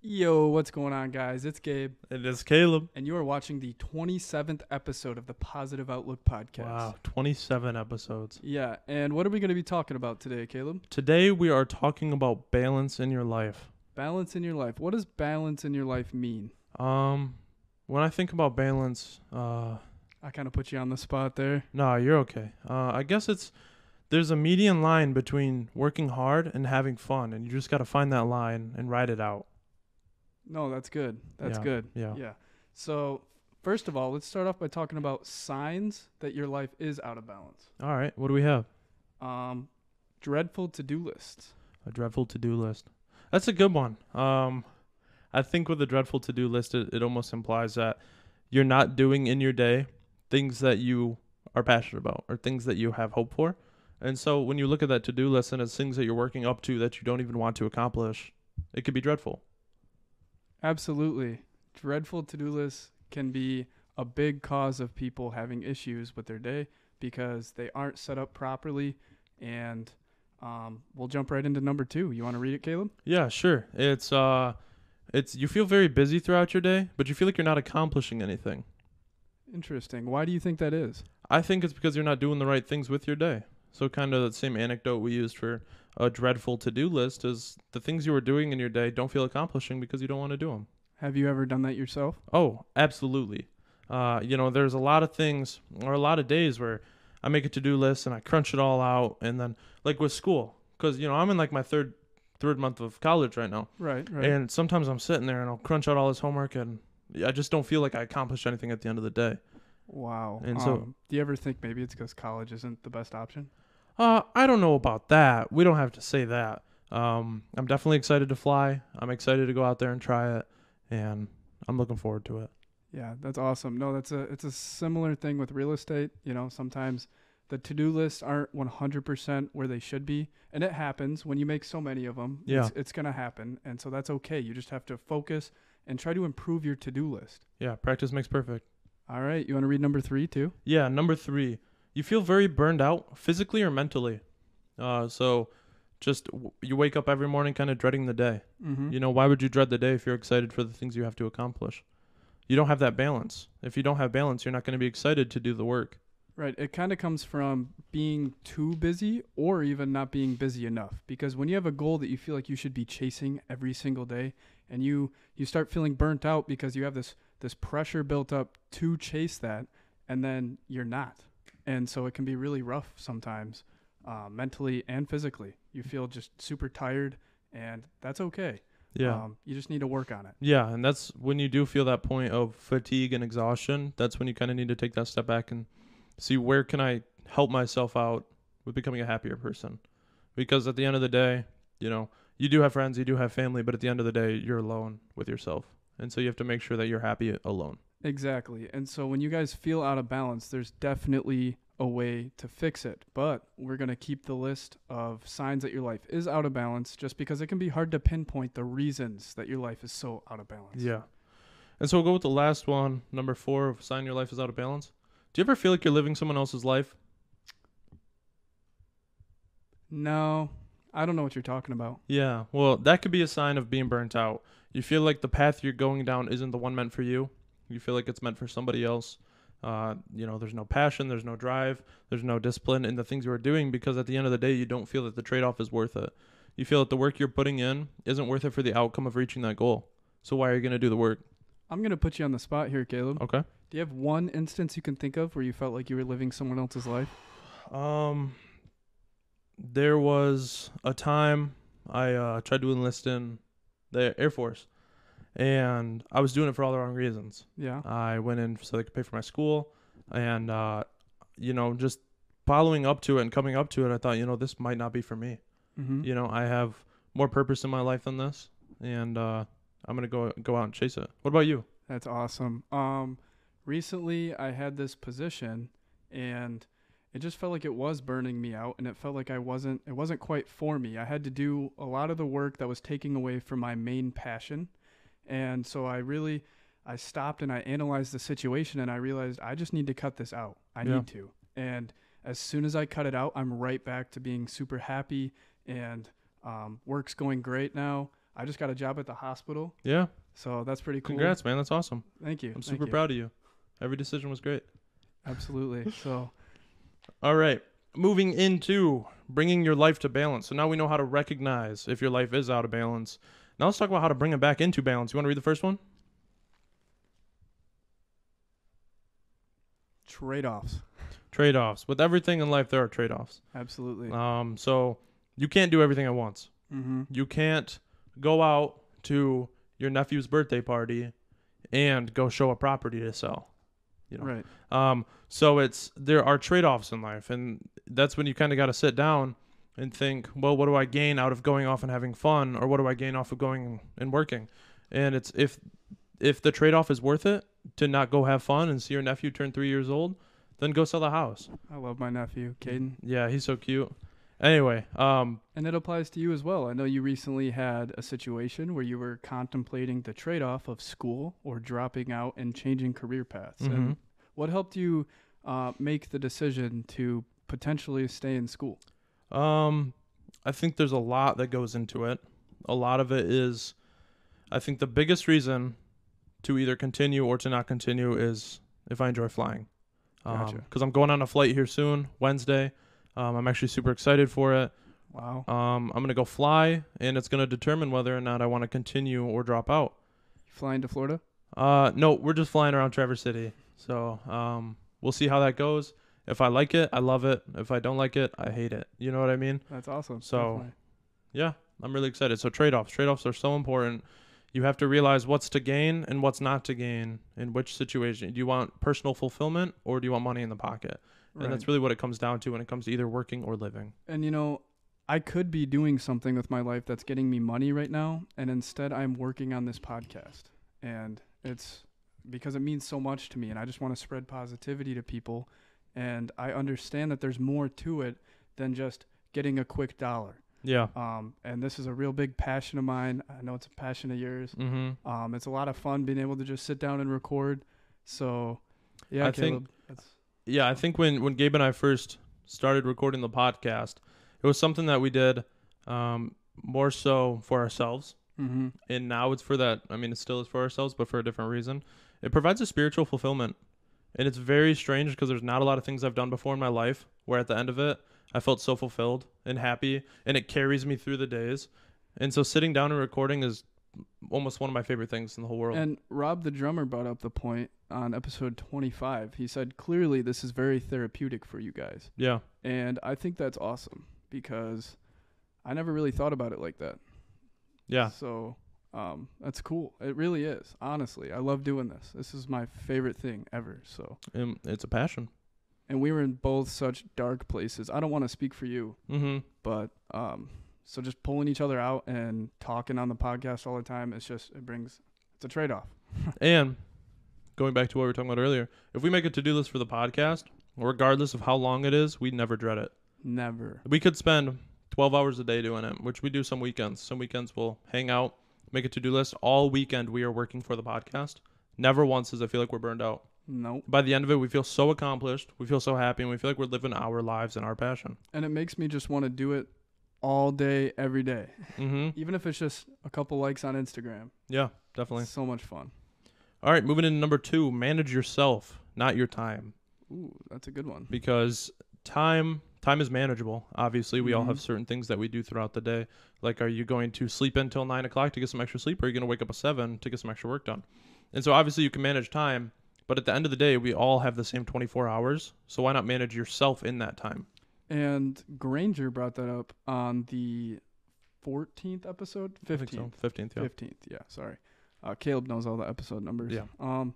Yo, what's going on, guys? It's Gabe, It is Caleb. and you are watching the 27th episode of the Positive Outlook Podcast. Wow, 27 episodes. Yeah, and what are we going to be talking about today, Caleb? Today we are talking about balance in your life. Balance in your life. What does balance in your life mean? Um, when I think about balance, uh, I kind of put you on the spot there. nah, you're okay. Uh, I guess it's there's a median line between working hard and having fun, and you just gotta find that line and ride it out. No, that's good. That's Yeah, good. yeah. So, first of all, let's start off by talking about signs that your life is out of balance. All right, what do we have? Um, dreadful to-do lists. A dreadful to-do list. That's a good one. Um, I think with a dreadful to-do list, it, it almost implies that you're not doing in your day things that you are passionate about or things that you have hope for. And so when you look at that to-do list and it's things that you're working up to that you don't even want to accomplish, it could be dreadful. Absolutely. Dreadful to do lists can be a big cause of people having issues with their day because they aren't set up properly. And um, we'll jump right into number two. You want to read it, Caleb? Yeah, sure. It's uh, it's you feel very busy throughout your day, but you feel like you're not accomplishing anything. Interesting. Why do you think that is? I think it's because you're not doing the right things with your day. So kind of that same anecdote we used for a dreadful to-do list is the things you were doing in your day don't feel accomplishing because you don't want to do them. Have you ever done that yourself? Oh, absolutely. Uh, you know, there's a lot of things or a lot of days where I make a to-do list and I crunch it all out, and then like with school, because you know I'm in like my third third month of college right now, Right, right. and sometimes I'm sitting there and I'll crunch out all this homework and I just don't feel like I accomplished anything at the end of the day. wow. and so- Um, do you ever think maybe it's because college isn't the best option? Uh, I don't know about that. We don't have to say that. Um, I'm definitely excited to fly. I'm excited to go out there and try it, and I'm looking forward to it. Yeah, that's awesome. No, that's a it's a similar thing with real estate. You know, sometimes the to-do lists aren't 100% where they should be, and it happens when you make so many of them. Yeah. it's, it's gonna happen, and so that's okay. You just have to focus and try to improve your to-do list. Yeah, practice makes perfect. All right, you want to read number three too? Yeah, number three, you feel very burned out physically or mentally. Uh, so just w- you wake up every morning kind of dreading the day. Mm-hmm. You know, why would you dread the day if you're excited for the things you have to accomplish? You don't have that balance. If you don't have balance, you're not going to be excited to do the work. Right. It kind of comes from being too busy or even not being busy enough. Because when you have a goal that you feel like you should be chasing every single day and you you start feeling burnt out because you have this this pressure built up to chase that and then you're not. And so it can be really rough sometimes uh, mentally and physically. You feel just super tired and that's okay. Yeah. Um, you just need to work on it. Yeah, and that's when you do feel that point of fatigue and exhaustion. That's when you kind of need to take that step back and see where can I help myself out with becoming a happier person. Because at the end of the day, you know, you do have friends, you do have family, but at the end of the day, you're alone with yourself. And so you have to make sure that you're happy alone. Exactly. And so when you guys feel out of balance, there's definitely a way to fix it. But we're going to keep the list of signs that your life is out of balance just because it can be hard to pinpoint the reasons that your life is so out of balance. Yeah. And so we'll go with the last one, number four of sign your life is out of balance. Do you ever feel like you're living someone else's life? No, I don't know what you're talking about. Yeah, well, that could be a sign of being burnt out. You feel like the path you're going down isn't the one meant for you. You feel like it's meant for somebody else. Uh, you know, there's no passion, there's no drive, there's no discipline in the things you are doing because at the end of the day, you don't feel that the trade off is worth it. You feel that the work you're putting in isn't worth it for the outcome of reaching that goal. So why are you going to do the work? I'm going to put you on the spot here, Caleb. Okay. Do you have one instance you can think of where you felt like you were living someone else's life? Um, there was a time I uh, tried to enlist in the Air Force, and I was doing it for all the wrong reasons. Yeah. I went in so they could pay for my school, and uh, you know, just following up to it and coming up to it, I thought, you know, this might not be for me. Mm-hmm. You know, I have more purpose in my life than this, and uh, I'm gonna go go out and chase it. What about you? That's awesome. Um, recently I had this position and it just felt like it was burning me out and it felt like I wasn't it wasn't quite for me. I had to do a lot of the work that was taking away from my main passion. And so I really I stopped and I analyzed the situation and I realized I just need to cut this out. I Yeah. need to. And as soon as I cut it out, I'm right back to being super happy and um, work's going great now. I just got a job at the hospital, Yeah. so that's pretty cool. Congrats, man. That's awesome. Thank you. I'm Thank super you. proud of you. Every decision was great. Absolutely. So All right. Moving into bringing your life to balance. So now we know how to recognize if your life is out of balance. Now let's talk about how to bring it back into balance. You want to read the first one? trade-offs. Trade offs. With everything in life, there are trade offs. Absolutely. Um, so you can't do everything at once. mm-hmm. You can't go out to your nephew's birthday party and go show a property to sell. You know, Right. Um, so it's there are trade offs in life, and that's when you kind of got to sit down and think, well, what do I gain out of going off and having fun, or what do I gain off of going and working? And it's if if the trade off is worth it to not go have fun and see your nephew turn three years old, then go sell the house. I love my nephew, Caden, Yeah, he's so cute. Anyway, um, and it applies to you as well. I know you recently had a situation where you were contemplating the trade-off of school or dropping out and changing career paths. mhm. And what helped you uh, make the decision to potentially stay in school? Um, I think there's a lot that goes into it. A lot of it is, I think the biggest reason to either continue or to not continue is if I enjoy flying. Because Gotcha. I'm going on a flight here soon, Wednesday. Um, I'm actually super excited for it. Wow. Um, I'm gonna go fly, and it's gonna determine whether or not I want to continue or drop out. Flying to Florida? Uh, no, we're just flying around Traverse City, so um, we'll see how that goes. If I like it, I love it. If I don't like it, I hate it. You know what I mean? That's awesome. So, Definitely. Yeah, I'm really excited. So trade offs, trade offs are so important. You have to realize what's to gain and what's not to gain in which situation. Do you want personal fulfillment or do you want money in the pocket? Right. And that's really what it comes down to when it comes to either working or living. And you know, I could be doing something with my life that's getting me money right now, and instead I'm working on this podcast. And it's because it means so much to me, and I just want to spread positivity to people. And I understand that there's more to it than just getting a quick dollar. Yeah. Um, and this is a real big passion of mine. I know it's a passion of yours. Mm-hmm. Um, it's a lot of fun being able to just sit down and record. So, yeah, I think- Caleb, that's Yeah, I think when when Gabe and I first started recording the podcast, it was something that we did um, more so for ourselves. mm-hmm. and now it's for that i mean it still is for ourselves but for a different reason it provides a spiritual fulfillment and it's very strange because there's not a lot of things i've done before in my life where at the end of it i felt so fulfilled and happy and it carries me through the days and so sitting down and recording is almost one of my favorite things in the whole world And Rob the drummer brought up the point on episode 25. He said, clearly, this is very therapeutic for you guys. yeah And I think that's awesome because I never really thought about it like that. yeah So um, that's cool. It really is. Honestly, I love doing this. This is my favorite thing ever. So, and it's a passion and we were in both such dark places. I don't want to speak for you, mm-hmm but um, so just pulling each other out and talking on the podcast all the time, it's just, it brings, it's a trade off. And going back to what we were talking about earlier, if we make a to-do list for the podcast, regardless of how long it is, we never dread it. Never. We could spend 12 hours a day doing it, which we do some weekends. Some weekends we'll hang out, make a to-do list all weekend. We are working for the podcast. Never once does I feel like we're burned out. Nope. By the end of it, we feel so accomplished, we feel so happy, and we feel like we're living our lives and our passion. and it makes me just want to do it all day every day hmm even if it's just a couple likes on instagram Yeah, definitely. it's so much fun All right, moving into number two: manage yourself, not your time, ooh that's a good one because time time is manageable. Obviously, we all Mhm. have certain things that we do throughout the day. Like, are you going to sleep until nine o'clock to get some extra sleep, or are you going to wake up at seven to get some extra work done? And so obviously you can manage time, but at the end of the day, we all have the same 24 hours. So why not manage yourself in that time? and granger brought that up on the 14th episode I think 15th so. 15th, yeah. 15th yeah sorry uh, caleb knows all the episode numbers Yeah. um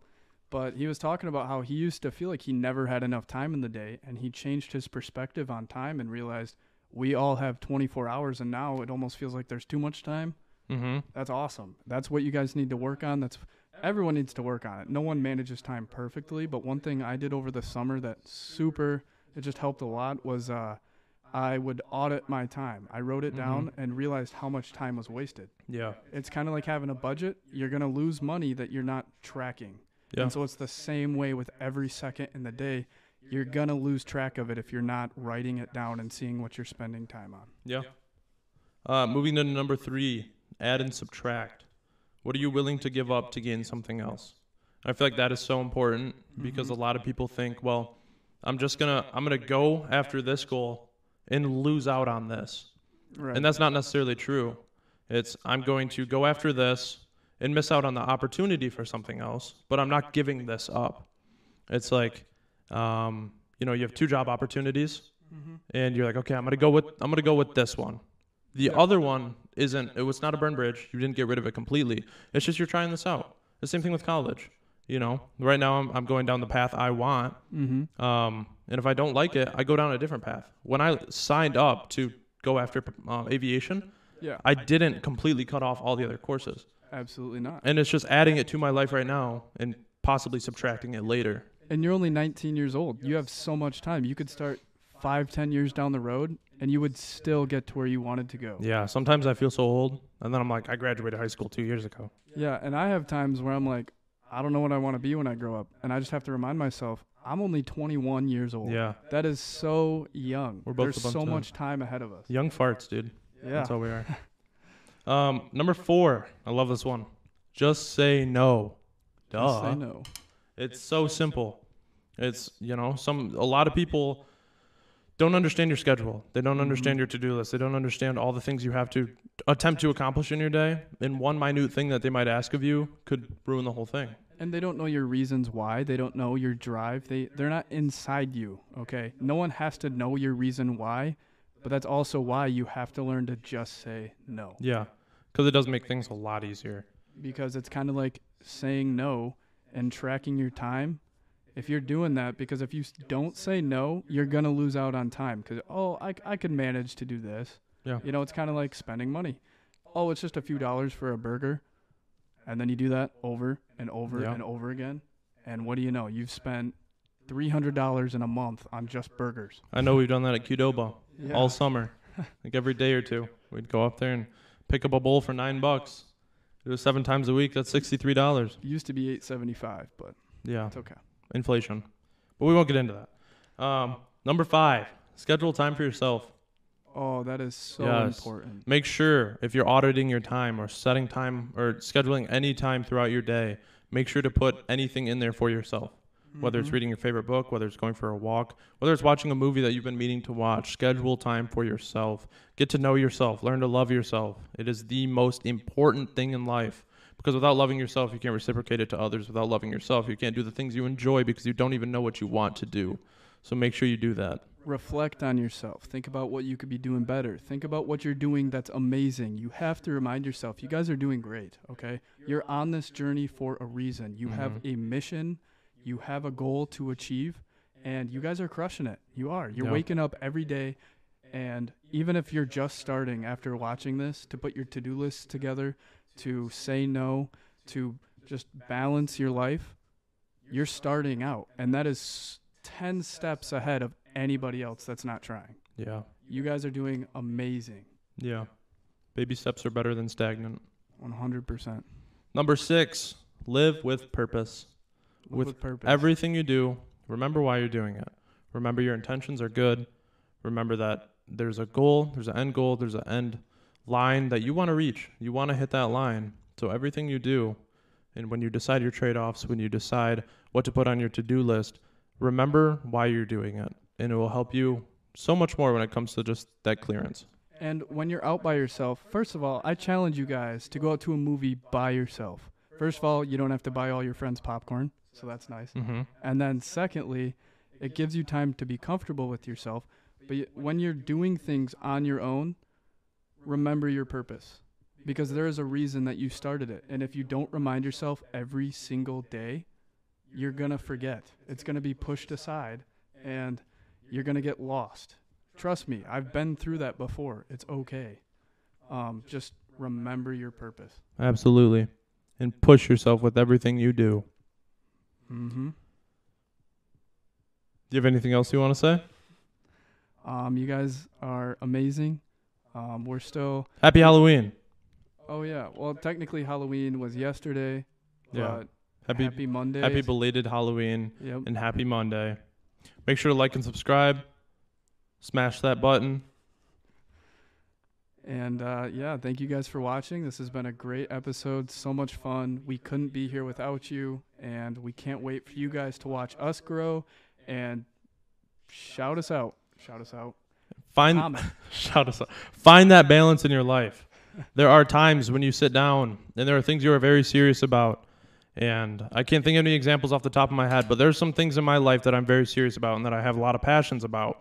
but he was talking about how he used to feel like he never had enough time in the day and he changed his perspective on time and realized we all have 24 hours and now it almost feels like there's too much time Mm-hmm. That's awesome. That's what you guys need to work on. That's everyone needs to work on it. No one manages time perfectly, but one thing I did over the summer that super it just helped a lot was uh I would audit my time. I wrote it down Mm-hmm. and realized how much time was wasted. Yeah. It's kind of like having a budget. You're going to lose money that you're not tracking. Yeah. And so it's the same way with every second in the day. You're going to lose track of it if you're not writing it down and seeing what you're spending time on. Yeah. Uh, moving to number three, add and subtract. What are you willing to give up to gain something else? I feel like that is so important because a lot of people think, well, I'm just going to I'm going to go after this goal and lose out on this. Right. And that's not necessarily true. It's I'm going to go after this and miss out on the opportunity for something else, but I'm not giving this up. It's like, um, you know, you have two job opportunities, and you're like, okay, I'm gonna go with I'm gonna go with this one. The other one isn't. It was not a burn bridge. You didn't get rid of it completely. It's just you're trying this out. The same thing with college. You know, right now I'm I'm going down the path I want. mm-hmm. Um, and if I don't like it, I go down a different path. When I signed up to go after uh, aviation, Yeah. I didn't completely cut off all the other courses. Absolutely not. And it's just adding it to my life right now and possibly subtracting it later. And you're only 19 years old. You have so much time. You could start five, ten years down the road, and you would still get to where you wanted to go. Yeah, sometimes I feel so old. And then I'm like, I graduated high school two years ago. Yeah, and I have times where I'm like, I don't know what I want to be when I grow up, and I just have to remind myself I'm only 21 years old. Yeah. that is so young. We're both There's about so to- much time ahead of us. Young farts, dude. Yeah, That's all we are. Um, number four. I love this one. Just say no. Duh. Just say no. It's so simple. It's you know some a lot of people don't understand your schedule. They don't understand your to-do list. They don't understand all the things you have to attempt to accomplish in your day. And one minute thing that they might ask of you could ruin the whole thing. And they don't know your reasons why. They don't know your drive. They they're not inside you. Okay, no one has to know your reason why, but that's also why you have to learn to just say no. Yeah, because it does make things a lot easier. because it's kind of like saying no and tracking your time. If you're doing that, because if you s- don't say no, you're gonna lose out on time. Because oh, I c- I could manage to do this. Yeah. You know, it's kind of like spending money. Oh, it's just a few dollars for a burger, and then you do that over and over Yeah. and over again. And what do you know? You've spent three hundred dollars in a month on just burgers. I know we've done that at Qdoba Yeah. all summer, like every day or two. We'd go up there and pick up a bowl for nine bucks. It was seven times a week. That's sixty-three dollars. Used to be eight seventy five, but Yeah. it's okay. inflation. But we won't get into that. Um, number five, schedule time for yourself. Oh, that is so Yes. important. Make sure if you're auditing your time or setting time or scheduling any time throughout your day, make sure to put anything in there for yourself. Whether it's reading your favorite book, whether it's going for a walk, whether it's watching a movie that you've been meaning to watch, schedule time for yourself. Get to know yourself, learn to love yourself. It is the most important thing in life because without loving yourself, you can't reciprocate it to others. Without loving yourself, you can't do the things you enjoy because you don't even know what you want to do. So make sure you do that. reflect on yourself. Think about what you could be doing better. Think about what you're doing that's amazing. You have to remind yourself, you guys are doing great, okay? You're on this journey for a reason. You have a mission, you have a goal to achieve, and you guys are crushing it. You are. You're Yeah. waking up every day and even if you're just starting after watching this to put your to-do list together, to say no, to just balance your life, you're starting out and that is 10 steps ahead of anybody else that's not trying Yeah. you guys are doing amazing Yeah. Baby steps are better than stagnant. 100% Number six, live with purpose. With with, purpose Everything you do, remember why you're doing it. Remember your intentions are good. Remember that there's a goal, there's an end goal, there's an end line that you want to reach. You want to hit that line. So everything you do, and when you decide your trade offs, when you decide what to put on your to do list, remember why you're doing it. And it will help you so much more when it comes to just that clearance. and when you're out by yourself first of all i challenge you guys to go out to a movie by yourself first of all you don't have to buy all your friends popcorn so that's nice Mm-hmm. And then secondly, it gives you time to be comfortable with yourself. But y- when you're doing things on your own, remember your purpose because there is a reason that you started it. And if you don't remind yourself every single day, you're going to forget. It's going to be pushed aside and you're going to get lost. Trust me, I've been through that before. It's okay. Um, just remember your purpose. Absolutely. And push yourself with everything you do. hmm Do you have anything else you want to say? Um, you guys are amazing. Um, we're still Happy Halloween. Oh yeah. Well, technically Halloween was yesterday. Yeah. But happy, Happy Monday. happy belated Halloween yep. and happy Monday. Make sure to like and subscribe. Smash that button. And uh, yeah, thank you guys for watching. This has been a great episode. So much fun. We couldn't be here without you. And we can't wait for you guys to watch us grow and shout us out. Shout us out. Find Comment. shout us out. Find that balance in your life. There are times when you sit down and there are things you are very serious about. And I can't think of any examples off the top of my head, but there's some things in my life that I'm very serious about and that I have a lot of passions about.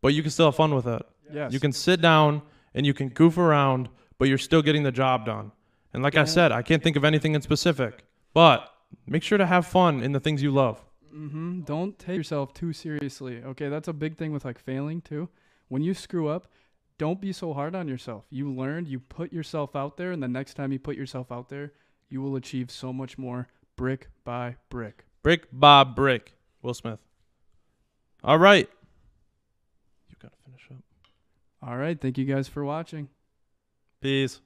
But you can still have fun with it. Yes. You can sit down and you can goof around, but you're still getting the job done. And like I said, I can't think of anything in specific, but make sure to have fun in the things you love. hmm Don't take yourself too seriously. Okay, that's a big thing with like failing too. When you screw up, don't be so hard on yourself. You learned, you put yourself out there, and the next time you put yourself out there, you will achieve so much more brick by brick. Brick Bob Brick, Will Smith. All right. You got to finish up. All right, thank you guys for watching. Peace.